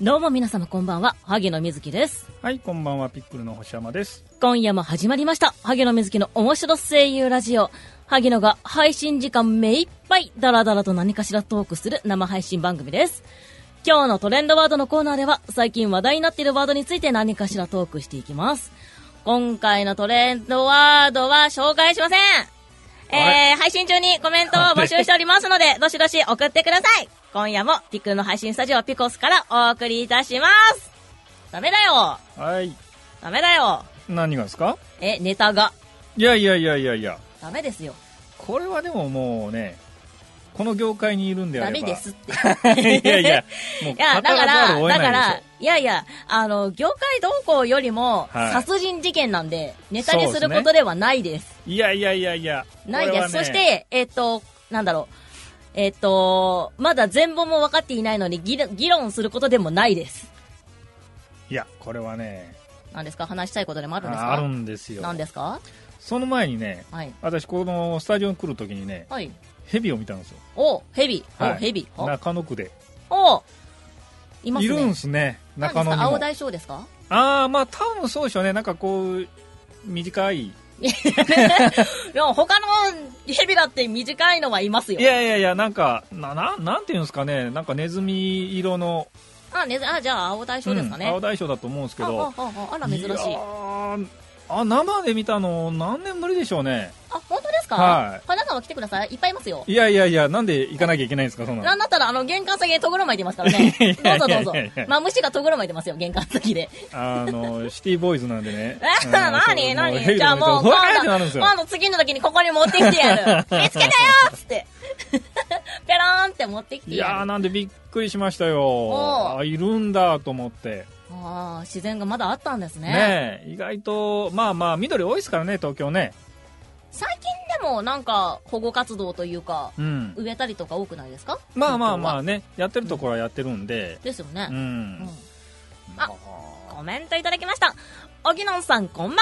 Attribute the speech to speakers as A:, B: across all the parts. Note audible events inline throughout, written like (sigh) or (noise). A: どうも皆様こんばんは、萩野瑞希です。
B: はい、こんばんは、ピックルの星山です。
A: 今夜も始まりました、萩野瑞希の面白声優ラジオ。萩野が配信時間目いっぱい、ダラダラと何かしらトークする生配信番組です。今日のトレンドワードのコーナーでは、最近話題になっているワードについて何かしらトークしていきます。今回のトレンドワードは紹介しませんえー、配信中にコメントを募集しておりますので、どしどし送ってください今夜もピクルの配信スタジオピコスからお送りいたしますダメだよ
B: はい、
A: ダメだよ
B: 何がですか
A: え、ネタが。
B: いやいやいやいやいや、
A: ダメですよ。
B: これはでももうね、この業界にいるんであ
A: ダメ
B: れば。
A: ですっ
B: (laughs)
A: て。い
B: いやいや、
A: (laughs)
B: もう、
A: や、だか
B: 語ざる
A: ら、
B: を得
A: だか
B: ないでしょ
A: ら、いやいや、あの、業界動向よりも、
B: はい
A: 殺人事件なんで、ネタに
B: そうですす
A: る
B: ね
A: ことではないです。
B: いやいやいやいや、
A: ない
B: これ
A: で
B: は
A: す。
B: ね
A: そし、て、えっと、なんだろう。えっと、まだ全貌も分かっていないのに、議論議論することでもないです。
B: いや、これはね、
A: なんですか話したいことでもあるんです
B: ある
A: か
B: んですよ。
A: なんですか
B: その前にね、
A: はい。
B: 私、このスタジオに来るときにね、
A: はい。
B: ヘビを見たんですよ。
A: お、ヘビ。お、
B: はい
A: ヘビ。お
B: 中野区で。
A: お、います
B: い
A: ね。
B: るんすね、
A: 何
B: 中野
A: です
B: に
A: か青
B: も。
A: 大将ですか
B: ああ、まあ多分そうでしょうね。なんかこう、短い。い
A: いや、他のヘビだって短いのはいますよ。
B: やいやいや、なんか、な、ななんていうんですかね。なんかネズミ色の、
A: あ、ね、あ、じゃあ、青大将ですかね。
B: うん青大将だと思うんですけ
A: あ
B: ど。
A: ああああら、珍しい。
B: やーあ、生で見たの何年ぶりでしょうね。
A: あ、本当ですか
B: はい
A: 金沢来てください。いっぱいいますよ。
B: いやいやいや、なんで行かなきゃいけないんですか、そん
A: な
B: なの。。
A: んだったら、あの、玄関先にとぐろ巻いてますからね
B: いやい
A: どう
B: や
A: ぞどう
B: いやいや
A: ぞ
B: いや。
A: まあ、虫がとぐろ巻いてますよ、玄関先
B: (laughs)
A: で。。
B: あの、シティボーイズなんでね
A: (laughs) え、なになにじゃあもう、
B: 今
A: 今
B: なるんです
A: 度、
B: よ。
A: 今度次の時にここに持ってきてやる。見つけたよっつって。 (laughs) ペローンって持ってきて
B: い
A: やる。
B: やー、なんでびっくりしました
A: お
B: よ。あ、いるんだと思って。
A: ああ、自然がまだあったんですね。
B: ねえ意外と、まあまあ、緑多いですからね、東京ね。
A: 最近でも、なんか、保護活動というか、
B: うん。
A: 植えたりとか多くないですか
B: まあまあま
A: あ
B: あね、やってるところはやってるんで。
A: ですよね
B: う、ん
A: うん。
B: まあ
A: コメントいただきましたおぎのんさんこんばん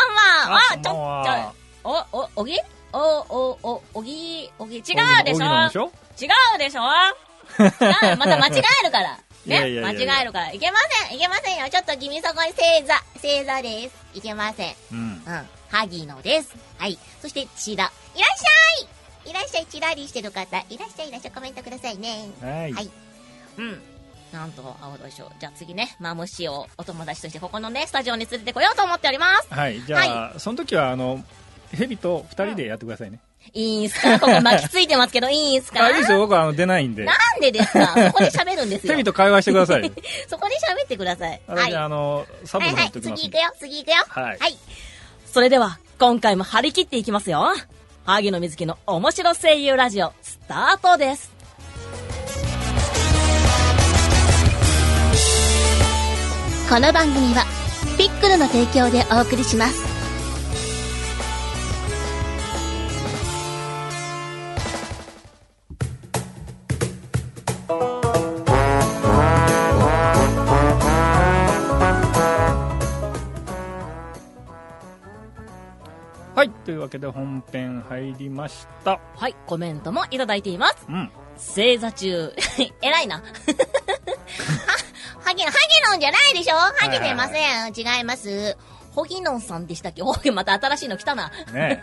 A: は
B: あ、こんばんは
A: ょちょおおおぎおおおおぎおぎ違うでしょ
B: 荻野なんでしょ
A: 違うでしょ違うまた間違えるから
B: (laughs) いや
A: ね
B: いやいやいや
A: 間違えるからいけませんいけませんよちょっと君そこに正座正座ですいけません
B: うん。
A: うん萩野ですはいそして千田いらっしゃいいらっしゃいちらりしてる方いらっしゃいいらっしゃいコメントくださいね
B: はい
A: はい。うん。なんと、青大将。じゃあ次ね、マムシをお友達として、ここのね、スタジオに連れてこようと思っております。
B: (laughs) はい。じゃあ、その時は、あの、ヘビと二人でやってくださいね。
A: いいんすかここ巻きついてますけど、いいんすか
B: あ、いいですよ、僕はあの出ないんで
A: な。んでですかそこで喋るんです
B: ヘ (laughs)
A: よ
B: ビ。と会話してく
A: (laughs)
B: ださい。
A: そこで喋ってください。は
B: 私、
A: い。
B: あの、サブ
A: は
B: で
A: い
B: や
A: は
B: っ
A: い、
B: ておきま
A: 次
B: す
A: 行く。よ、次行くよ。
B: はい
A: はい。それでは、今回も張り切っていきますよ。萩野瑞希の面白声優ラジオ、スタートです。
C: この番組はピックルの提供でお送りします
B: はい。というわけで、本編入りました。
A: はい、コメントもいただいています。
B: うん。
A: 正座中。 (laughs) 偉
C: (laughs)
A: いな。
C: ハゲハゲのんじゃないでしょハゲてません、違います
A: ホギノンさんでしたっけおい、また新しいの来たな。 (laughs)
B: ね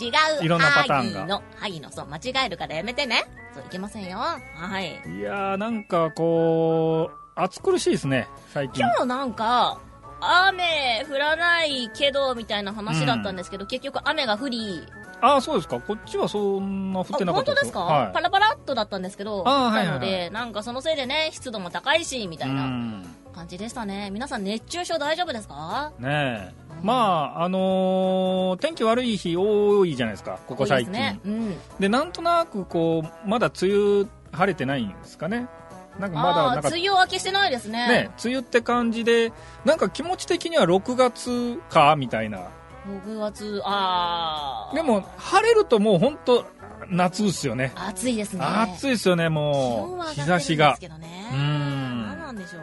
A: 違う。
B: いろんなパターンが
A: 萩の、萩の、そう、間違えるからやめてね。そう、いけませんよ。はい。
B: えいやー、なんか、こう、暑苦しいですね、最近
A: 今。日なんか、雨降らないけど、みたいな話だったんですけど、結局雨が降り、
B: あ、そうですか。こっちはそんな降って
A: あ
B: なかっ
A: 本
B: た
A: 当ですか、
B: はい
A: パラパラっとだったんですけど、
B: あー
A: 降っ
B: はい
A: た
B: はいは
A: の
B: い
A: で、なんかそのせいでね、湿度も高いし、みたいうなん感じでしたね。皆さん熱中症大丈夫ですか
B: ねえ、まああのー天気悪い日多いじゃないですかここ最近
A: 多いですね。うん。
B: で,、なんとなくこうまだ梅雨晴れてないんですかねなんかまだ
A: あ
B: なん
A: あー、
B: か
A: 梅雨明けしてないですね。
B: ね梅雨って感じでなんか気持ち的には6月かみたいな
A: 6月、ああ。
B: でも晴れるともう本当夏ですよね
A: 暑いですね。
B: 暑いですよねもう日差しが
A: 気温は上がってるんですけどね。
B: うーん
A: 何なんでしょ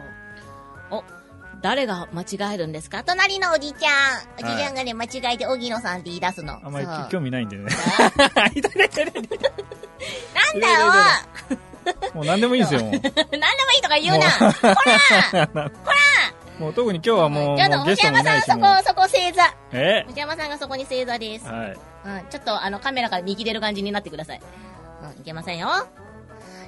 A: う。お、誰が間違えるんですか
C: 隣のおじちゃんおじちゃんがね、間違えて荻野さんって言い出すの
B: あんまり
C: そう
B: 興味ないんでね
C: なんだよ
B: もう何でもいいですよ。
A: (laughs)
B: もう
A: 何でもいいとか言うなほら
B: もう特に今日はもう、
A: ちょっ
B: も
A: と、
B: う
A: 星
B: ゲストも
A: 山
B: い
A: さ
B: なんいし、もう
A: そこ、そこ正座。
B: え
A: 星山さんがそこに正座です。
B: はい。
A: うん、ちょっとあのカメラから右出る感じになってください。うん、いけませんよ。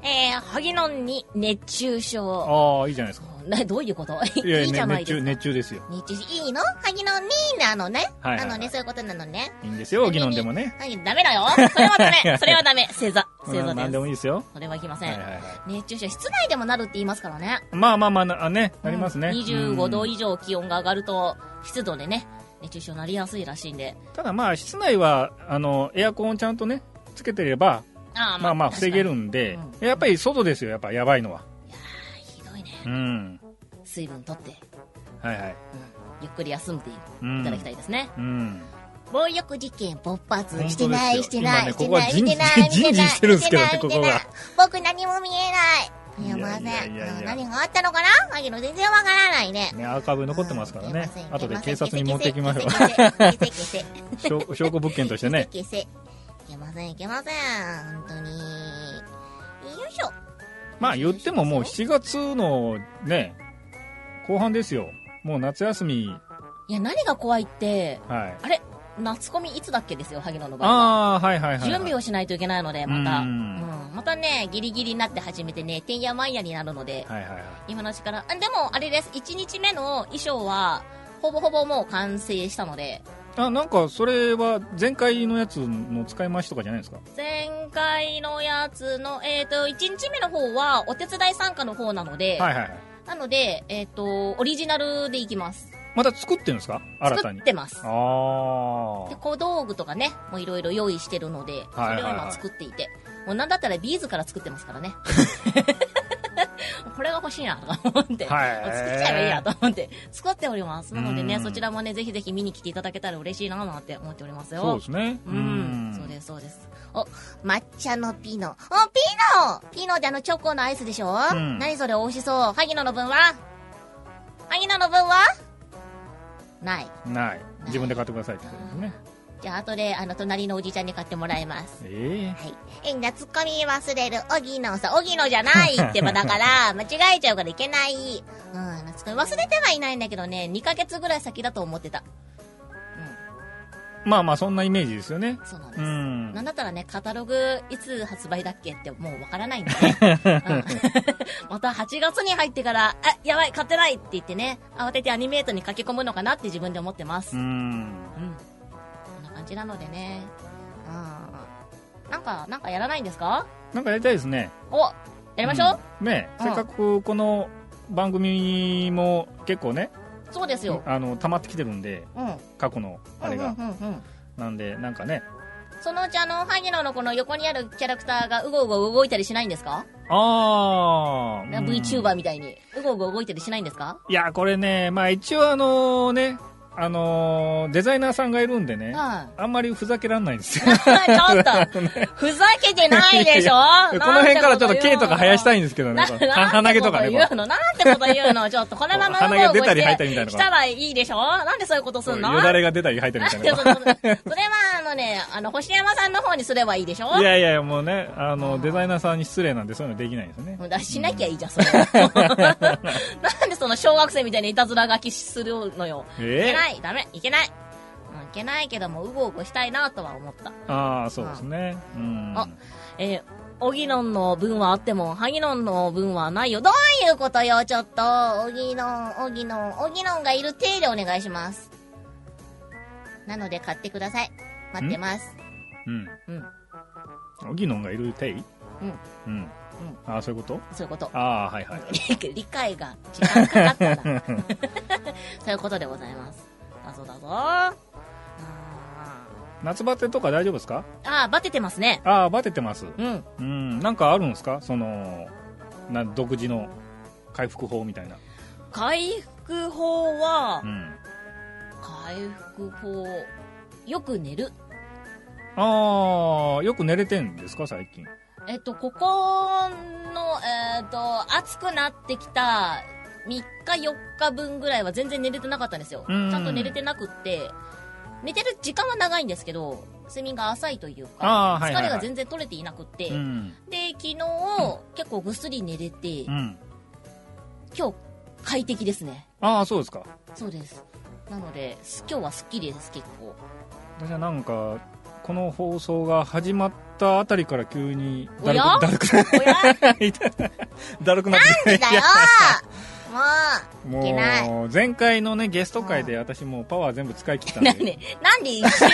A: えー、萩野に熱中症。
B: ああ、いいじゃないですか。
A: な、どういうこと
B: いや
A: いい
B: い
A: じゃ
B: や、ね
A: ないです
B: 熱中、
A: か。
B: 熱中ですよ。
A: 熱中症、いいの萩野になのね。
B: はいはいは
A: ないのね、そういうことなのね。
B: いいんですよ、議論でもね。
A: はい、ダメだよ。それはダ
B: (laughs)
A: メ。それはダメ。正座。正
B: う
A: 座
B: ん
A: で
B: 何
A: す。
B: でもいいですよ。
A: それはいきませ
B: は
A: ん。
B: いはいはい。
A: 熱中症、室内でもなるって言いますからね。
B: まあまあまあな、あね、なりますね。
A: うん
B: う
A: 25
B: ん
A: 度以上気温が上がると、湿度でね、熱中症になりやすいらしいんで。
B: ただまあ、室内は、あの、エアコンをちゃんとね、つけてれば、
A: あー
B: まあまあ、
A: 確
B: 防
A: かに
B: げるんで、
A: う
B: やっぱり外ですよ、やっぱ、やばいのは。
A: いやー、ひどいね。
B: うん。
A: 水分とって、
B: はいはい。
A: ゆっくり休んでい
B: うん
A: ただきたいですね。
B: うん。
A: 暴力事件勃発
B: 本当
A: してない、
B: です
A: して
B: よ
A: ない、し
B: 今ね
A: て
B: ここは
A: ない、してない、
B: 人事
A: してない
B: 人事してるんですけどね
A: してない
B: ここが
A: してない僕何も見えない。
B: い
A: いや、
B: や
A: ま
B: いやいやいや
A: せん。何があったのかなだけど全然わからないね。
B: ね、アーカイブ残ってますからね。
A: うん
B: 後で警察に持ってきましょう。
A: 消せ消せ消せ消せ消せ消せ消せ消せ消せ
B: 証拠証拠物件としてね。
A: 消せ消せいけません、いけません。本当に。よいしょ。
B: まあ言ってももう7月のね、後半ですよ。もう夏休み、
D: いや、何が怖いって、
B: はい。
D: あれ、夏コミいつだっけですよ、萩野の場合は。
B: ああ、はいはいはい、はい。
D: 準備をしないといけないので、また。
B: う
D: うんん。またね、ギリギリになって始めてね、てんやまんやになるので、
B: はいはいはい。
D: 今のうちから。あ、でも、あれです。1日目の衣装は、ほぼほぼもう完成したので、
B: あ、なんかそれは前回のやつの使い回しとかじゃないですか。
D: 前回のやつの、えっ、と、1日目の方は、お手伝い参加の方なので、
B: はいはいはい。
D: なので、えっ、と、オリジナルでいきます。
B: また作ってるんですか新た
D: 作
B: に
D: っ。てます。
B: あ
D: で小道具とかね、もういろいろ用意してるので、そ
B: はいはいはい
D: れを今作っていて。もうなんだったらビーズから作ってます
B: (laughs)
D: からね。これが欲しいなとか思って、
B: あ。はい。
D: もう作っちゃえばいいやと思って、作っております。なので
B: う
D: ね、
B: ん
D: そちらもね、ぜひぜひ見に来ていただけたら嬉しいななんて思っておりますよ。
B: そうですね。
D: うん、そうです、そうです。
A: 抹茶のピノ。お、ピノピノってあのチョコのアイスでしょ、
B: ん
A: 何それ美味しそう。萩野の分は萩野の分はない。
B: ない。自分で買ってくださいってことですね。
A: じゃあ、後で、あの、隣のおじちゃんに買ってもらいます。
B: え
A: はい。え、夏コミ忘れる。おぎのさん、おぎのじゃないってばだ (laughs) から、間違えちゃうからいけない。うん、夏コミ忘れてはいないんだけどね、2ヶ月ぐらい先だと思ってた。
B: えまあまあそんなイメージですよね。
A: そうなんで
B: う
A: す。
B: ん
A: な。んだったらね、カタログいつ発売だっけってもうわからないんで、 (laughs) ねうん、また8月に入ってから、あ、やばい、買ってないって言ってね、慌ててアニメートに駆け込むのかなって自分で思ってます。
B: う
A: うん。
B: ん。
A: こんな感じなのでね。うん。なんか、なんかやらないんですか
B: なんかやりたいですね。
A: おやりましょう、
B: うんねえ
A: うん
B: せっかくこの番組も結構ね
A: そうですよ。
B: あの溜まってきてるんで
A: うん。
B: 過去のあれが、
A: うんうんうんうん。
B: なんでなんかね
A: そのうちあの、萩野のこの横にあるキャラクターがうごうご動いたりしないんですか、
B: ああ、
A: ?VTuber みたいに。うごうご動いたりしないんですか
B: いやこれねまあ一応あのねあのーデザイナーさんがいるんでね
A: はい。
B: あんまりふざけらんないんですよ
A: ちょっと、ふざけてないでしょこ
B: (laughs) この辺からちょっと毛とか生やした
A: い
B: いんですけどね
A: な
B: こ
A: ん
B: の
A: てこと
B: 鼻毛とかね
A: 言う
B: こ
A: のなんてこと言うのちょっとこのまま
B: 鼻毛出たり
A: うろうろ
B: 入っ
A: して
B: たりみたいな
A: したらいいでしょなんでそういうことす
B: う
A: る
B: よ
A: の
B: だれが出たり入ったり
A: な
B: みた
A: ん
B: い
A: で (laughs)
B: な
A: そ
B: こ
A: うそれはあのね、あの、星山さんの方にすればいいでしょ
B: といやいやいやもうねあのデザイナーさんに失礼なんでそういうのできないですね
A: だからしなきゃいいじゃん、そ
B: (laughs)
A: れ。なんでその小学生みたいにいたずら書きするのよ。いけ
B: え
A: ない、ダメ、いけない。うんいけないけども、うごうごしたいなとは思った。
B: えああそうですねうん
D: あえー、オギノンの分はあっても、ハギノンの分はないよ。ど
A: どういうことよ、ちょっと。おぎのん、おぎのん、おぎのんがいる体でお願いします。なので買ってください。待ってます。
B: うん。
D: うん。
B: ギノンがいるテイ
D: うん。
B: うん。ああ、そういうこと
D: そういうこと。
B: ああ、はいはい。
D: 理解が時間かかった
B: (laughs)
D: な。そういうことでございます。
A: だそうだぞ。
D: あー
B: 夏バテとか大丈夫ですか
D: あー、バテてますね。
B: ああ、バテてます。
D: うん。
B: うん。なんかあるんですかその、な独自の回復法みたいな。
D: 回復法は
B: う、ん。
D: 回復法、よく寝る。
B: ああ、よく寝れてんですか最近。
D: えっと、ここの、えっと、暑くなってきた3日4日分ぐらいは全然寝れてなかったんですよ。ち
B: うん
D: ゃんと寝れてなくって、寝てる時間は長いんですけど、
A: 睡眠が浅いという
B: あ
A: か疲
B: ー、はいはいは
A: れ
B: い
A: が全然取れていなくって、
B: うん。
A: で、昨日、結構ぐっすり寝れて、
B: うん。
A: 今日、快適ですね。
B: ああ、そうですか。
A: そうです。なので、す今日はスッキリです、結構。
B: 私はなんか、この放送が始まったあたりから急に
A: お
B: だる
A: や
B: く、だるくなっ
A: おや
B: てきた、だるくなってきた (laughs)
A: なんでだよも
B: も、
A: けないう
B: 前回のね、ゲスト会で私もうパワー全部使い切ったん
A: う
B: で。
A: なんで、なんで
B: (laughs)
A: 一週、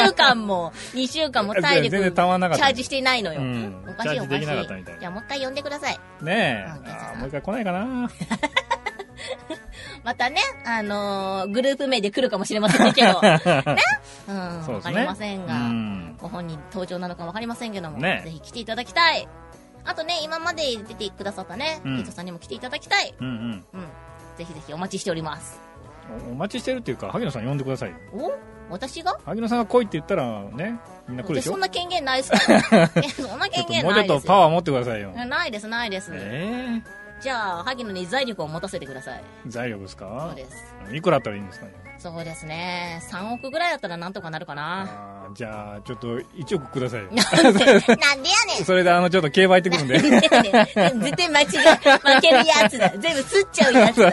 A: 2週間も、2週間も体
B: 全然
A: 力、チ
B: た
A: ャ
B: まらなかった。
A: ージしていないのよ。
B: うん
A: おかしい
B: チ
A: お
B: ャージ
A: か
B: で
A: しい。
B: きなかったみたい
A: じゃあもう一回呼んでください。
B: ね
A: う
B: え。
A: ん
B: あーもう一回来ないかな。
A: またね、あのーグループ名で来るかもしれませんけ
B: (laughs)
A: ど、ね、うん、わ、
B: そうです
A: か
B: ね
A: りませんが、
B: うん
A: ご本人登場なのかわかりませんけども、
B: ね
A: ぜひ来ていただきたい。あとね、今まで出てくださったね、
B: うん
A: 店長さんにも来ていただきたい。
B: うんうん
A: うん、ぜひぜひお待ちしております。
B: お。お待ちしてるっていうか、萩野さん呼んでくださいよ。
A: お私が
B: 萩野さんが来いって言ったらね、みんな来るでしょ
A: そんな権限ないっす
B: (laughs)
A: から。えそんな
B: ちょ
A: 権
B: っ
A: 限
B: ともう
A: な
B: ちょっ
A: い
B: と
A: です
B: パ
A: よ。
B: ワー持ってくださいよ。
A: ないです、ないです。
B: え
A: じゃあ、萩野に財力を持たせてください。
B: え財力です
A: そ
B: か
A: うです。
B: いくらあったらいいんですかね。
A: そうですね。3億ぐらいだったらなんとかなるかな。
B: あーじゃあ、ちょっと1億くださいよ。
A: (laughs) なんで、なんでやねん
B: それであの、ちょっと競馬行ってくる
A: (laughs)
B: んで。
A: 絶対間違え負けるやつだ。全部吸っちゃうやつだ。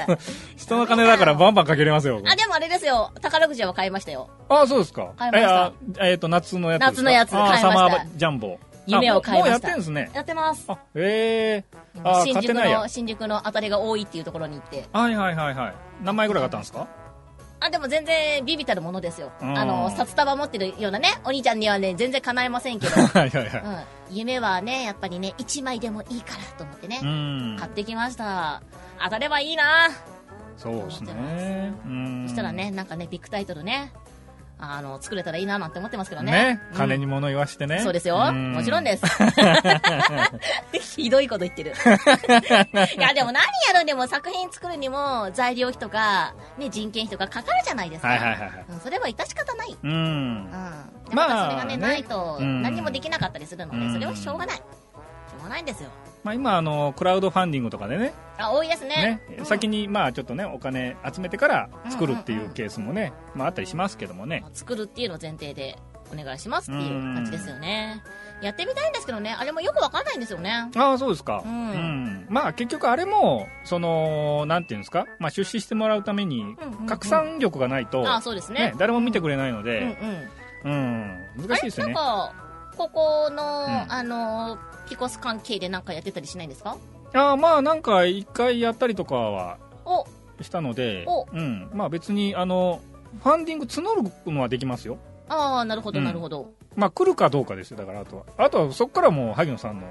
B: 人の金だからバンバンかけれますよ。
A: あ、でもあれですよ。宝くじは買いましたよ。
B: ああ、そうですか。
A: 買いました
B: えあえっと、夏のやつですか。
A: 夏のやつ買いました
B: あーサマージャンボ。
A: 夢を買いました
B: あもうもうやってんですね。
A: やってます。
B: あ、ええあー、
A: 新
B: 買っ
A: 宿
B: てないや
A: の、。新宿の当たりが多いっていうところに行って。
B: はいはいはいはい。何枚ぐらい買ったんで
A: (laughs)
B: すか
A: あ、でも全然ビビたるものですよ。
B: うん
A: あの、札束持ってるようなね、お兄ちゃんにはね、全然叶えません
B: (laughs)
A: けど。
B: はいはいは
A: う
B: い。
A: ん。夢はね、やっぱりね、1枚でもいいからと思ってね
B: う、ん
A: 買。ってきました。当たればいいな
B: そうですね。うん。
A: そしたらね、。なんかね、ビッグタイトルね、あの、作れたらいいななんて思ってますけどね。
B: ね。
A: うん
B: 金に物言わしてね。
A: そうですよ。
B: ん
A: もちろん
B: (laughs)
A: です。ひどいこと言ってる。いや、でも何やるんでも作品作るにも材料費とか、ね、人件費とかかかるじゃないですか。
B: はいはいはいはい。
A: うんそれは致し方ない。うん。
B: うん。
A: で
B: ま
A: ま
B: あ
A: たそれがね、
B: ね
A: ないと
B: うん
A: 何にもできなかったりするので、
B: うん
A: それはしょうがない。しょうがないんですよ。
B: まあ今、あの、クラウドファンディングとかでね、
A: あ、多いですね
B: ね。
A: うん
B: 先にまあちょっとね、お金集めてから作るっていうケースもね、まああったりしますけどもね。
A: 作るっていうのを前提でお願いしますっていう感じですよね。やってみたいんですけどね、あれもよくわかんないんですよね。
B: ああ、そうですか。
A: うん
B: うんまあ結局あれも、その、なんていうんですか、まあ出資してもらうため
A: う
B: に
A: んうんうん、
B: 拡散力がないと、
A: あ、そうですね
B: ね、。誰も見てくれないの
A: うんう
B: で、
A: ん。
B: うん、難しいですよね。
A: なんか、ここの、
B: ん
A: あの、ピコス関係でなんかやってたりしないんですか
B: あーまあなんか一回やったりとかは
A: お、
B: したので
A: お、
B: うん、まあ別にあのファンディング募るのはできますよ
A: ああ、なるほど、
B: うん
A: なるほど。
B: まあ来るかどうかですよだからあとはあとはそこからもう萩野さんの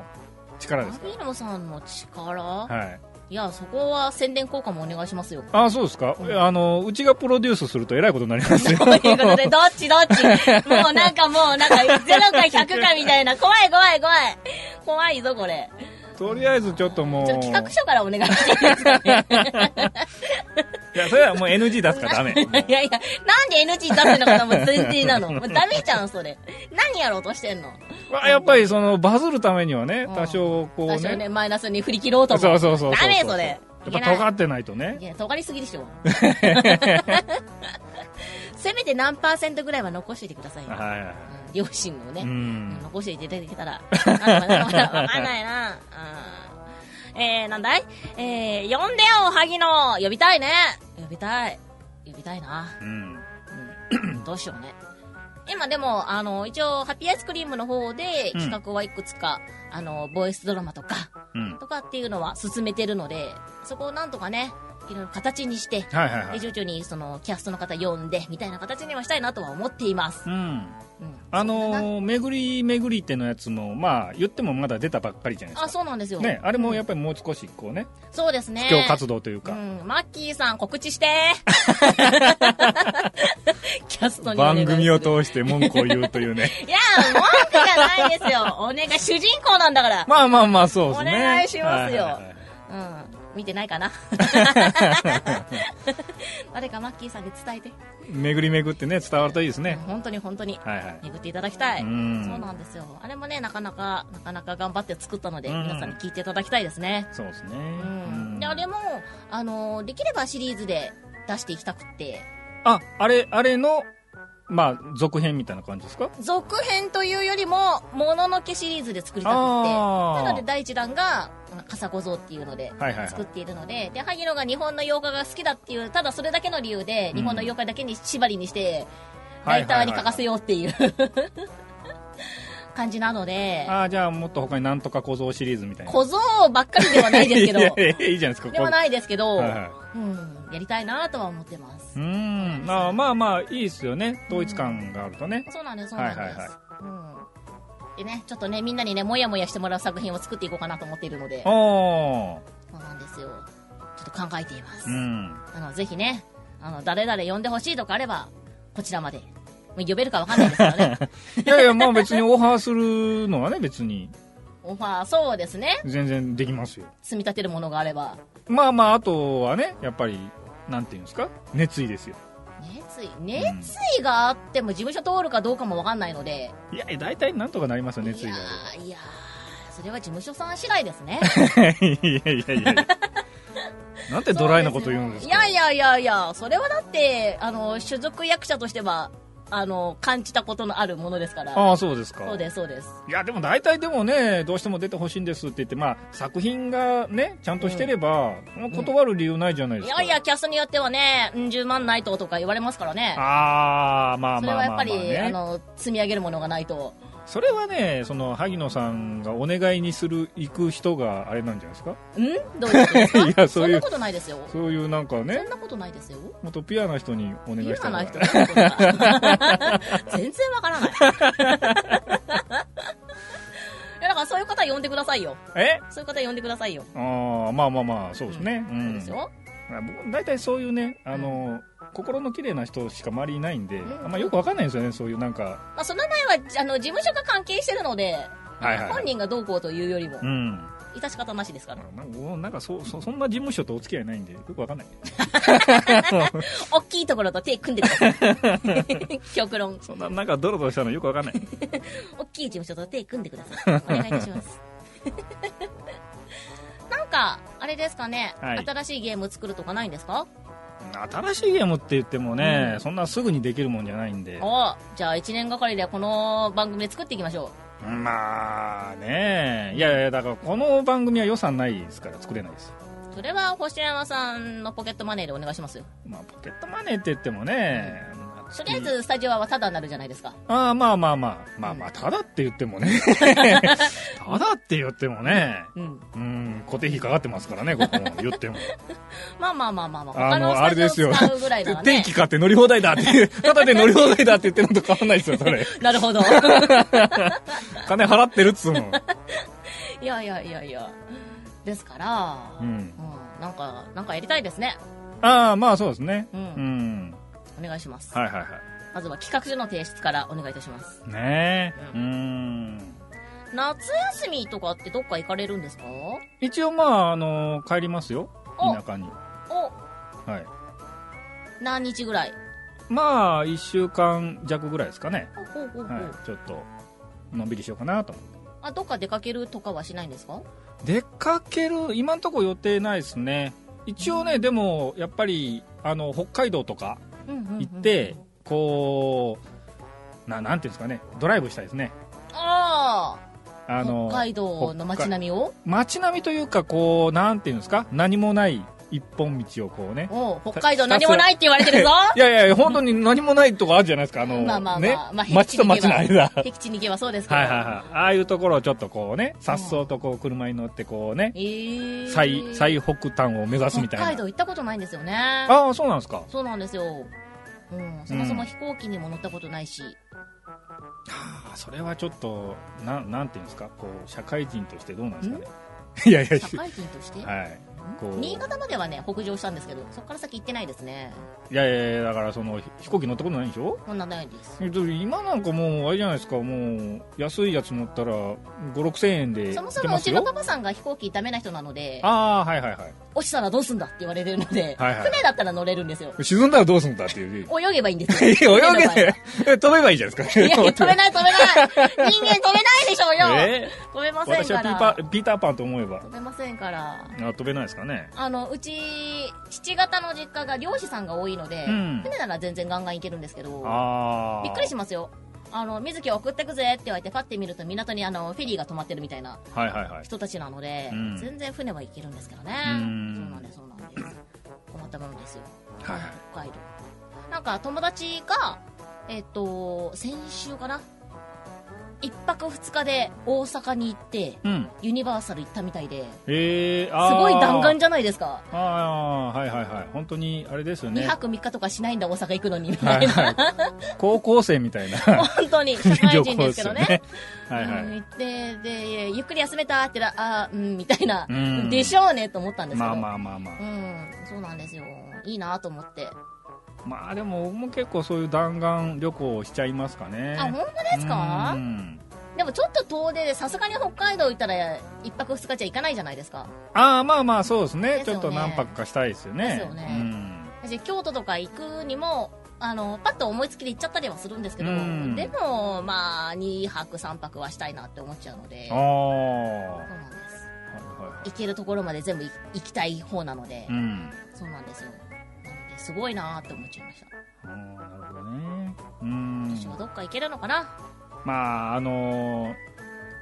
B: 力ですか
A: 萩野さんの力、
B: らはい
A: い、や、そこは宣伝効果もお願いしますよ。
B: ああそうですか、
A: うん
B: いやあのうちがプロデュースするとえらいことになりますよ
A: (laughs) ということで、どっちどっ
B: (laughs)
A: ちもうなんかもう、なんか0か100かみたいな、怖い怖い怖い。怖いぞ、これ。
B: とりあえずちょっともう
A: ちょっと企画書からお願い
B: (laughs)
A: していいですかね。
B: いやそれはもう NG 出すからダ
A: (laughs)
B: メ
A: いやいや、なんで NG 出してんのかともう前提なの。もうダメじゃん、それ。何やろうとしてんの
B: まあやっぱりそのバズるためにはね
A: うん
B: 多少こう
A: 最
B: ね
A: 初ね、マイナスに振り切ろうと
B: そう
A: 思
B: そうそうそう
A: ダメそれ
B: やっぱ尖ってないとね
A: いや、尖りすぎでし (laughs) ょ。せめて何パーセントぐらいは残していてくださいよ。
B: はいはいはい
A: うん両親のね、
B: うん
A: 残していただけたら、なんとかなるのかなわかんないな。うんえー、なんだいえー、呼んでよ、萩野呼びたいね呼びたい。呼びたいな。
B: うん
A: (clears throat) うん、どうしようね。今でも、あの、一応、ハッピーアイスクリームの方で、
B: うん
A: 企画はいくつか、あの、ボイスドラマとか、
B: うん
A: とかっていうのは進めてるので、そこをなんとかね、いろいろ形にして、
B: はいはいは
A: で
B: い
A: 徐々にそのキャストの方呼んでみたいな形にはしたいなとは思っています、
B: うん
A: うん、
B: あのー、巡り巡りってのやつも、まあ、言ってもまだ出たばっかりじゃないですか。
A: あそうなんですよ、
B: ね、あれもやっぱりもう少し、こうね、
A: そうですね
B: 布教活動という
A: う
B: か、
A: ん、マッキーさん告知して
B: (laughs)
A: キャストにお願いす
B: 番
A: る
B: 組を通して文句を言うというね。 (laughs)
A: いや文句じゃないですよお願い主人公なんだから、
B: まあまあまあ、そうですね。
A: お願いしますよ
B: はいはいはい
A: うん見てないか
B: (laughs)
A: な誰かマッキーさんに伝えて、
B: 巡り巡ってね、伝わるといいです
A: うん
B: ね。
A: 本当に本当に
B: はいはい。
A: 巡っていただきたい、
B: うん
A: そうなんですよあれもねなかなかなかなか頑張って作ったので、
B: うん
A: 皆さんに聞いていただきたいですね
B: そうですね。
A: うんであれ
B: も
A: も、あのできればシリーズで出していきたくって
B: あ、あれ、あれの、まあ、続編みたいな感じですか
A: 続編というよりも「もののけ」シリーズで作りたくって
B: あー
A: なので第1弾が「笠小僧」っていうので
B: はいはいはい
A: 作っているので,、で萩野が日本の妖怪が好きだっていうただそれだけの理由で
B: うん
A: 日本の妖怪だけに縛りにして、
B: は
A: ラ
B: い
A: イ
B: は
A: ター
B: いはい
A: に書かせようっていう (laughs) 感じなので
B: ああ、じゃあもっと他になんとか小僧シリーズみたいな。
A: 小僧ばっかりではないですけど
B: (laughs) いやいやいいじゃないですか。
A: ではないですけど、
B: はいはい
A: うん、やりたいなとは思ってます
B: うーんまあまあまあいいですよね統一感があるとね
A: そうなんです、そうなんです。
B: はいはいは
A: うん。でね、ちょっとね、みんなにね、もやもやしてもらう作品を作っていこうかなと思っているので、
B: ああ
A: そうなんですよ。ちょっと考えています。
B: うん
A: あの、ぜひね、あの、誰々呼んでほしいとかあれば、こちらまで。もう呼べるかわかんないですから
B: (laughs)
A: ね。
B: いやいやまあ別にオファーするのはね別に
A: オファー、そうですね。
B: 全然できますよ
A: 積み立てるものがあれば。
B: まあまああとはねやっぱりなんていうんですか熱意ですよ
A: 熱意、熱意があっても事務所通るかどうかもわかんないので。
B: いやいや大体なんとかなりますよ熱
A: い
B: 意
A: や
B: が
A: ー、いやー、それは事務所さん次第ですね。
B: あるいやいやいやいや (laughs) なんてドライなこと言うんですか
A: いやいやいやいやそれはだってあの所属役者としてはあの感じたことのあるものですから
B: ああそうですか
A: そうですそうです
B: いやでも大体でもねどうしても出てほしいんですって言ってまあ作品がねちゃんとしてれば、もう断る理由ないじゃないで
A: い
B: す
A: や
B: か
A: いやキャストによってはねうん10万ないととか言われますからね
B: ああまあ
A: それ
B: まあ
A: は
B: まあ
A: やっ
B: ま
A: ぱ
B: あ、
A: り、
B: ね、
A: あの積み上げるものがないと
B: それはねその萩野さんがお願いにする行く人があれなんじゃないですか
A: んどういうことですか
B: いや (laughs) そ
A: そ
B: ういう
A: んなことないですよ
B: そういうなんか
A: そん
B: ね
A: なことないですよ
B: もっとピュアな人にお願い
A: ピ
B: し
A: ュア
B: た方が
A: な人のことが (laughs) 全然わからない (laughs) いやだからそういう方呼んでくださいよ
B: え
A: そういう方呼んでくださいよ
B: ああまあまあまあそうですね、うん
A: そうですよ
B: 僕大体そういうねあの、心の綺麗な人しか周りいないんで、
A: うん
B: あんまよくわかんないんですよねそういうなんか
A: まあ、その前はあの事務所が関係してるので、
B: はいはい
A: 本人がどうこうというよりも、
B: うん
A: 致し方なしですから、
B: なんかなんかそそそんな事務所とお付き合いないんでよくわかんない
A: 大きいところと手組んでくださ
B: (laughs)
A: い、極論、
B: そんななんかドロドロしたのよくわかんない
A: 大きい事務所と手組んでください、お願いいたします。 (laughs) なんか、あれですかね、
B: はい
A: 新しいゲーム作るとかないんですか
B: 新しいゲームって言ってもね、
A: うん
B: そんなすぐにできるもんじゃないんで
A: おじゃあ、1年がかりでこの番組で作っていきましょ
B: まあねいやいやだからこの番組は予算ないですから作れないですよ
A: う。それは星山さんのポケットマネーでお願いしますよ。
B: まあポケットマネーって言ってもね、
A: とりあえず、スタジオはタダになるじゃないですか。
B: ああまあまあまあまあまあただって言って
A: (laughs)
B: もねただって言ってもね
A: うん。
B: うん固定費かかってますからねここ
A: (laughs)
B: も言っても
A: まあまあまあまあまあ、
B: あ
A: 他
B: の
A: の
B: あれ
A: ス
B: で
A: タ
B: す
A: ジオ
B: よ
A: を使うぐらいならね。
B: (laughs) 電気買って乗り放題だってただで乗り放題だって言ってるのと変わんないですよそれ
A: なるほど。
B: 金払ってるっつうの
A: いやいやいやいや。ですから、
B: う
A: うん、
B: ん
A: なんか、なんかやりたいですね。
B: ああまあそうですね
A: うん
B: うん
A: お願いします。
B: はいはいは
A: まずは企画書の提出からお願いいたします。
B: いねえう
A: うん夏休みとかってどっか行かれるんですか
B: 一応まああの帰りますよ
A: お
B: 田舎に
A: お、
B: はい
A: 何日ぐらい
B: まあ1週間弱ぐらいですかね、
A: ほうほうほうほ
B: は
A: う、
B: い、ちょっとのんびりしようかなと思って
A: あ、どっか出かけるとかはしないんですか
B: 出かける今んとこ予定ないですね一応ね、でもやっぱりあの北海道とか
A: うんうん、
B: 行って、こうななんていうんですかねドライブしたいですね
A: あ
B: あ
A: あ、
B: の
A: 北海道の街並みを
B: 街並みというかこうなんていうんですか何もない一本道をこうね (laughs)
A: お北海道何もないって言われてるぞ
B: いやいや本当に何もないとこあるじゃないですかあの、
A: まあまあまあ
B: ね、
A: まあ
B: 街と街
A: (laughs)
B: の間
A: 敵地に行けばそうですけど。
B: はいはいはい。ああいうところをちょっとこうね、さっそうとこう車に乗ってこうね、
A: えー、
B: 最、最北端を目指すみ
A: 北
B: た
A: 海
B: いな。
A: 道行ったことないんですよね。
B: ああ、そうなんですか。
A: そうなんですよ。うん、そもそも飛行機にも乗ったことないし、
B: (laughs) ああそれはちょっと、なん、なんていうんですか、こう、社会人としてどうなんですかね。いやいや、
A: 社会人として、
B: はい。こう
A: 新潟まではね、北上したんですけど、そこから先行ってないですね。
B: いやいやいやだからその、ひ飛行機乗ったことないでしょ
A: こんなんないです。
B: えっと今なんかもう、あれじゃないですか、もう、安いやつ乗ったら、5、6千円で
A: そも
B: 行
A: そ
B: け
A: も
B: ま
A: う
B: す
A: ち
B: よ。
A: のパパさんが飛行機ダメな人なので、
B: ああ、はいはい
A: (laughs)
B: は
A: 落ちたらどうすんだって言われてるので、
B: はいはい
A: 船だったら乗れるんですよ。
B: い。沈んだらどうすんだっていう。
A: 泳げばいいんです
B: い
A: よ。
B: や (laughs) 泳げ
A: ばい
B: ねえ、飛べばいいじゃないですか。
A: いや、
B: (laughs)
A: 飛べない飛べない人間飛べないでしょうよ、
B: えー
A: 飛べません
B: 私は
A: か
B: ピーパ
A: ら。
B: ーピーターパンと思えば
A: 飛べませんから。
B: あ飛べないでですかね。
A: あのうち父方の実家が漁師さんが多いので、
B: うん
A: 船なら全然ガンガン行けるんですけど
B: ああ。
A: びっくりしますよあの水木を送ってくぜって言われてパッて見ると港にあのフェリーが止まってるみたいな
B: はいはいはい。
A: 人たちなので、
B: うん
A: 全然船は行けるんですけどね、
B: うん
A: そうなんですそうなんです困ったものですよ、
B: はいはい
A: 北海道なんか友達がえっ、と先週かな1泊2日で大阪に行って
B: うん。
A: ユニバーサル行ったみたいで
B: えー、
A: す
B: あー
A: ごい弾丸じゃないですか
B: ああ、はいはいはい。本当に、あれですよ
A: 2
B: ね。
A: 泊3日とかしないんだ大阪行くのにみた
B: はい
A: いな、
B: はい。高校生みたい
A: (laughs)
B: な
A: 本当に社会
B: 旅
A: 人で
B: 行ですす
A: けど
B: よ
A: ね
B: ね。はいは
A: うん
B: い。
A: 行ってでゆっくり休めたってなあーうんみたいな、
B: うん
A: でしょうねと思ったんですけど、
B: まあまあまあまあ。
A: うんそうなんですよいいなと思って、
B: まあでも僕も結構そういう弾丸旅行をしちゃいますかね。
A: あ本当ですか
B: うん
A: でもちょっと遠出でさすがに北海道行ったら一泊二日じゃ行かないじゃないですか
B: ああ、まあまあそうですね
A: ですよね
B: ちょっと何泊かしたいですよね。
A: ですよね私京都とか行くにもあのパッと思いつきで行っちゃったりはするんですけど、
B: うん
A: でもまあ2泊3泊はしたいなって思っちゃうので
B: うん。ああ。
A: そうな
B: は
A: んです
B: いはいは
A: 行
B: い。
A: けるところまで全部い行きたい方なので、
B: うん。
A: そうなんですよなのですごいなーって思っちゃいました
B: あーなるほどね。う
A: 私
B: ん
A: は。どっか行けるのかな、
B: まあ、あのー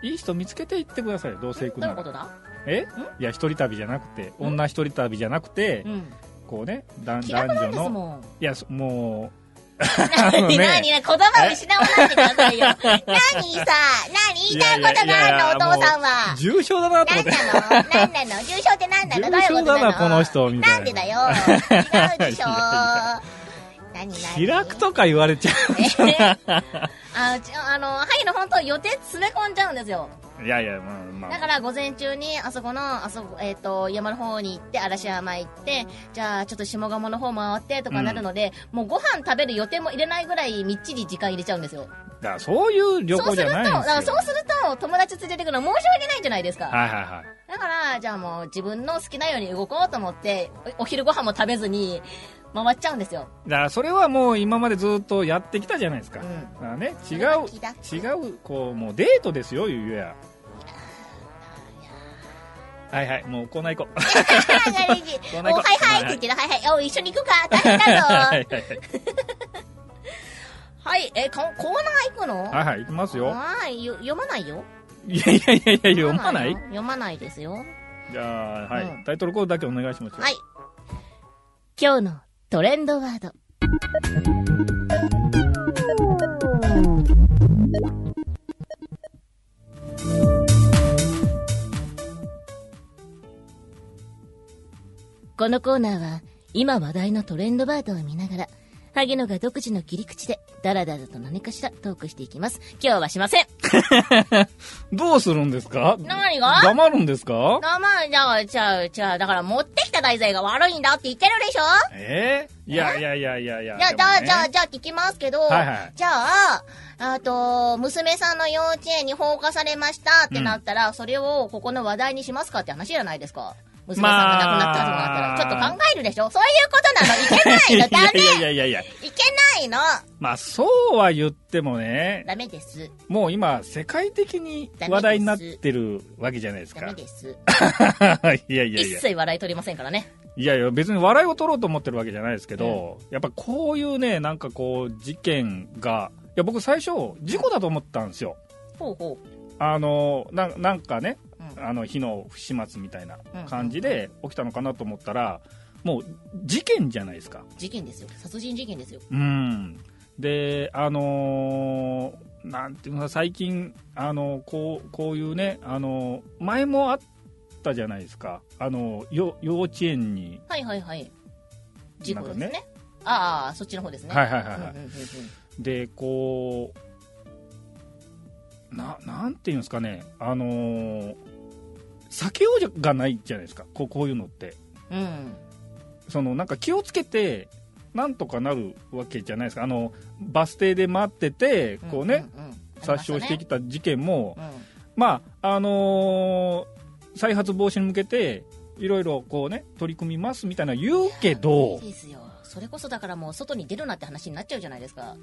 B: いい人見つけて行ってくださいよどうせ行く
A: どうい
B: な
A: うこと
B: ら
A: だ、
B: えいや一人旅じゃなくて女一人旅じゃなくて、
A: うん、
B: こうねだん
A: 気
B: 男
A: 楽なんです
B: 女の (laughs)
A: もん
B: いやそも
A: 何
B: のね
A: 何何言葉を失わないでくださ
B: (laughs)
A: いよ何さ何言いたいことがあるの
B: いやいやいやいや
A: お父さん
B: う
A: は
B: 重症だなと
A: 何
B: 思って
A: なの何なの重症って何なのどういうこ
B: 重症
A: とな
B: だ
A: の
B: なこの人みたいなん
A: でだよ違うでしょ
B: い
A: 何何
B: (laughs) 気楽とか言われちゃ
A: (laughs) あうちあのはいの本当予定詰め込んじゃうんですよ
B: ういやいやまあま
A: だ
B: あ
A: から午前中にあそこのあそこ、えっと山の方に行って嵐山行ってじゃあちょっと下鴨の方回ってとかなるので、もうご飯食べる予定も入れないぐらいみっちり時間入れちゃうんですよ
B: だからそういう旅
A: そう
B: 行
A: す
B: じ
A: る
B: ゃ
A: とだ
B: ないん
A: から
B: ですよ
A: そうすると友達連れてくるの申し訳ないじゃないですか
B: はいはいはい
A: だからじゃあもう自分の好きなように動こうと思っておお昼ご飯も食べずに回っちゃうんですよ、
B: だからそれはもう今までずっとやってきたじゃないですか、
A: うん
B: だからね
A: そ
B: 違
A: れは
B: う
A: 気楽
B: 違うこうもうデートですよゆうやはいはいもうコーナー行こう
A: ガレージ
B: (laughs) そ
A: おは
B: んないこと
A: はいって言ってるはいはいお一緒に行くか大変だ
B: は
A: ぞ
B: いはい
A: はいえこコーナー行くの
B: はいはい行きますよ
A: はいよ読まないよ
B: いやいやいやいや読まない
A: の読まないですよ
B: じゃあ、はい、
A: うん
B: タイトルコールだけお願いしますよ。
A: はい今日のトレンドワードこのコーナーは今話題のトレンドワードを見ながら萩野が独自の切り口でダラダラと何かしらトークしていきます今日はしません
B: どうするんですか
A: 何が
B: 黙るんですか
A: あまあ、じゃあ、じゃあ、じゃあ、だから持ってきた題材が悪いんだって言ってるでしょ
B: えー、いやいやいやいやいや。
A: じゃあ、
B: で
A: じゃ
B: も
A: あ、
B: ね
A: じゃあ、じゃあ聞きますけど、
B: はいはい
A: じゃあ、あと、娘さんの幼稚園に放火されましたってなったら、それをここの話題にしますかって話じゃないですか。娘さんが亡くなったとかなったら、ちょっと考えるでしょそういうことなのいけないのダメ
B: い (laughs) やいやいやいやいや。
A: いけないの
B: まあ、そうは言ってもね、
A: ダメです。
B: もう今、世界的に話題になってるわけじゃないです
A: ダメ
B: か。
A: です。
B: いやいやい
A: 一
B: や。
A: 切笑い取りませんからね。
B: いやいや、別に笑いを取ろうと思ってるわけじゃないですけど、やっぱこういうね、なんかこう、事件が、いや、僕最初、事故だと思ったんですよ。
A: ほうほ
B: あのななんかね、
A: う
B: あの火の不始末みたいな
A: うん
B: 感じで起きたのかなと思ったら、もう事件じゃないですか。
A: う。事件ですよ。殺人事件ですよ。
B: うん、で、あのーなんていうのか、最近、あのこうこういうね、あの前もあったじゃないですか、あのよ幼稚園に、
A: はいはいはい。事故ですね。
B: なんか
A: ああ、そっちの方ですね。
B: はいはいはいはい、
A: うんうんうんうん
B: でこうななんていうんですかねあのー避けようがないじゃないですかこうこういうのって
A: うん。
B: そのなんか気をつけてなんとかなるわけじゃないですかあのバス停で待っててこうね、
A: んんん。
B: 殺傷してきた事件も
A: ありましたね。
B: まああのー再発防止に向けていろいろこうね取り組みますみたいな言うけど
A: うん。いいですよ。それこそだからもう外に出るなって話になっちゃうじゃないですか。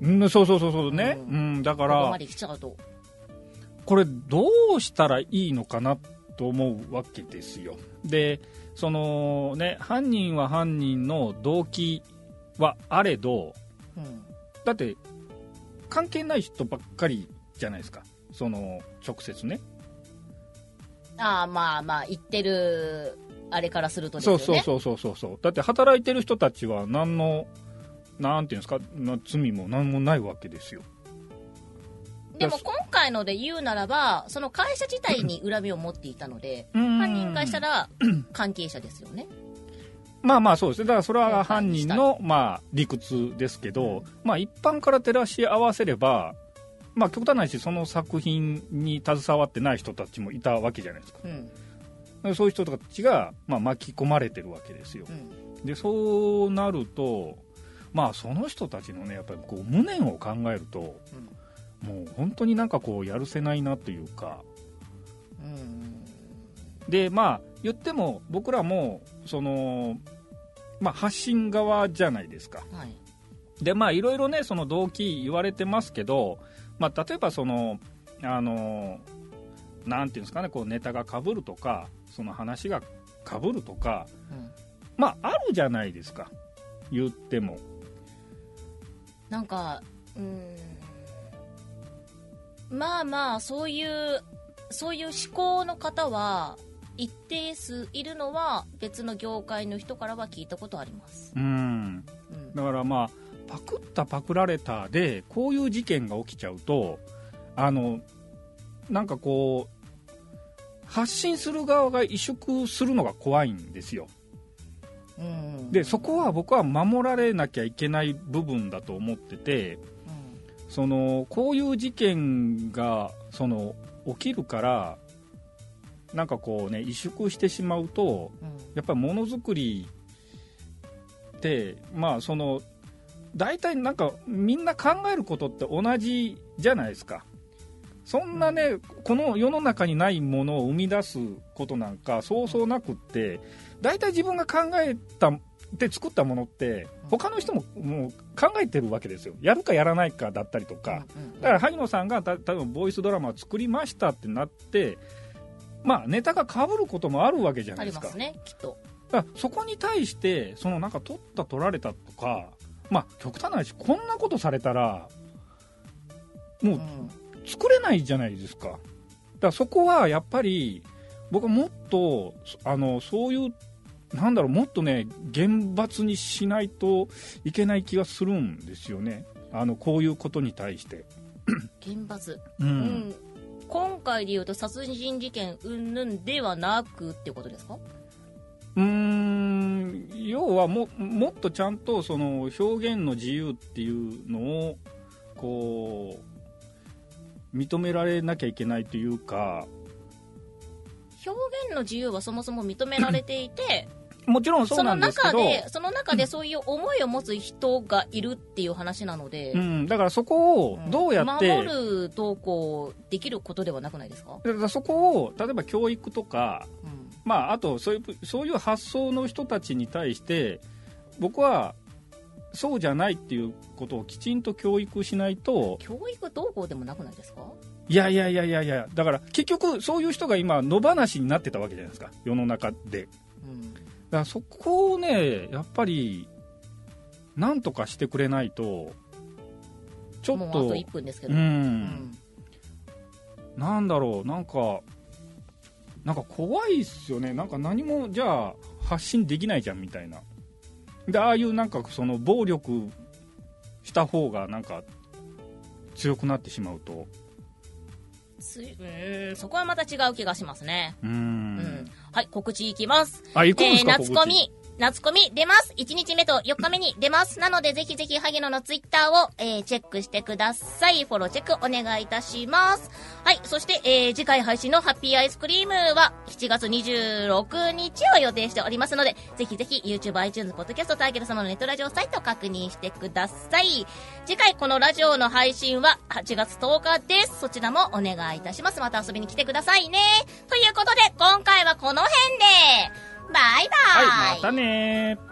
B: うんそうそうそうそうね、
A: う
B: うんだか
A: こ
B: ら
A: こまで来ちゃうと。
B: これどうしたらいいのかなっと思うわけですよでそのね犯人は犯人の動機はあれど
A: うん
B: だって関係ない人ばっかりじゃないですかその直接ね
A: ああまあまあ言ってるあれからするとですよ
B: そう
A: ね
B: そうそうそうそうそうだって働いてる人たちは何のなんていうんですかな罪も何もないわけですよ
A: でも今回ので言うならばその会社自体に恨みを持っていたので犯
B: 犯
A: 人からしたら関係者ですよね
B: まあまあそうですねだからそれは
A: 公開
B: 犯
A: にし
B: 人
A: た
B: のまあ理屈ですけど、まあ一般から照らし合わせればまあ極端な話その作品に携わってない人たちもいたわけじゃないですか
A: うん
B: そういう人たちがまあ巻き込まれてるわけですよ
A: うん
B: でそうなるとまあその人たちのねやっぱりこう無念を考えると
A: うん
B: もう本当になんかこうやるせないなというか
A: うん
B: でまあ言っても僕らもそのまあ発信側じゃないですか
A: はい
B: でまあいろいろねその動機言われてますけど、まあ、例えばそのあのなんていうんですかねこうネタがかぶるとかその話がかぶるとか
A: うん
B: まああるじゃないですか言っても
A: なんかうんまあまあそういうそういう思考の方は一定数いるのは別の業界の人からは聞いたことあります、
B: うん
A: うん
B: だからまあパクったパクられたでこういう事件が起きちゃうとあのなんかこう発信する側が萎縮するのが怖いんですよ
A: うん
B: でそこは僕は守られなきゃいけない部分だと思ってて
A: う
B: そのこういう事件がその起きるからなんかこうね萎縮してしまうと
A: んうん
B: やっぱりものづくりってまあその大体なんかみんな考えることって同じじゃないですかそんなね、この世の中にないものを生み出すことなんかそうそうなくって大体自分が考えたで作ったものって他の人ももう考えてるわけですよやるかやらないかだったりとか、
A: うんうん
B: だから萩野さんがた多分ボイスドラマを作りましたってなって、まあ、ネタが被ることもあるわけじゃな
A: あ
B: いで
A: り
B: す
A: ま
B: か
A: すねきっと
B: だからそこに対してそのなんか取った取られたとか、まあ、極端な話こんなことされたらもう作れないじゃないですかだからそこはやっぱり僕はもっとあのそういうなんだろうもっとね厳罰にしないといけない気がするんですよねあのこういうことに対して。
A: 厳罰、
B: う
A: うんん、今回で言うと殺人事件云々ではなくってことですか
B: うーん要はももっとちゃんとその表現の自由っていうのをこう認められなきゃいけないというか
A: 表現の自由はそもそも認められていて
B: もちろん
A: そ
B: そうな
A: の
B: んですけ
A: 中
B: ど、
A: でその中でそういう思いを持つ人がいるっていう話なので、
B: うん、だからそこを
A: うん
B: どうやって、
A: 守るどうこうできることではなくないですか、
B: だからそこを例えば教育とか、
A: うん
B: まあ、あとそういうそういう発想の人たちに対して僕はそうじゃないっていうことをきちんと教育しないと
A: 教育どうこうでもなくないですか
B: いやいやいやいやいや、だから結局、そういう人が今、野放しになってたわけじゃないですか、世の中で。だか
A: うん
B: らそこをね、やっぱり、なんとかしてくれないと、ちょ
A: もう
B: っ
A: あ
B: と、
A: と1分ですけ
B: う、
A: ど、うんん
B: なんだろう、なんか、なんか怖いっすよね、なんか何も、じゃあ、発信できないじゃんみたいな。で、ああいうなんか、その、暴力した方が、なんか、強くなってしまうと。
A: ついうんそこはまた違う気がしますね、
B: う
A: うん
B: ん。
A: はい告知いきます
B: あ、行くんで
A: え
B: す
A: ー、
B: か、
A: 夏
B: 告
A: コ
B: 知
A: ミ、夏コミ出ます。1日目と4日目に出ます。なので、ぜひぜひ、萩野のツイッターを、えー、チェックしてください。フォローチェックお願いいたします。はい。そして、えー、次回配信のハッピーアイスクリームは、7月26日を予定しておりますので、ぜひぜひ、YouTube、iTunes、Podcast、ターゲット様のネットラジオサイトを確認してください。次回、このラジオの配信は、8月10日です。そちらもお願いいたします。また遊びに来てくださいね。ということで、今回はこの辺で、バイバイ、
B: はい、またねー。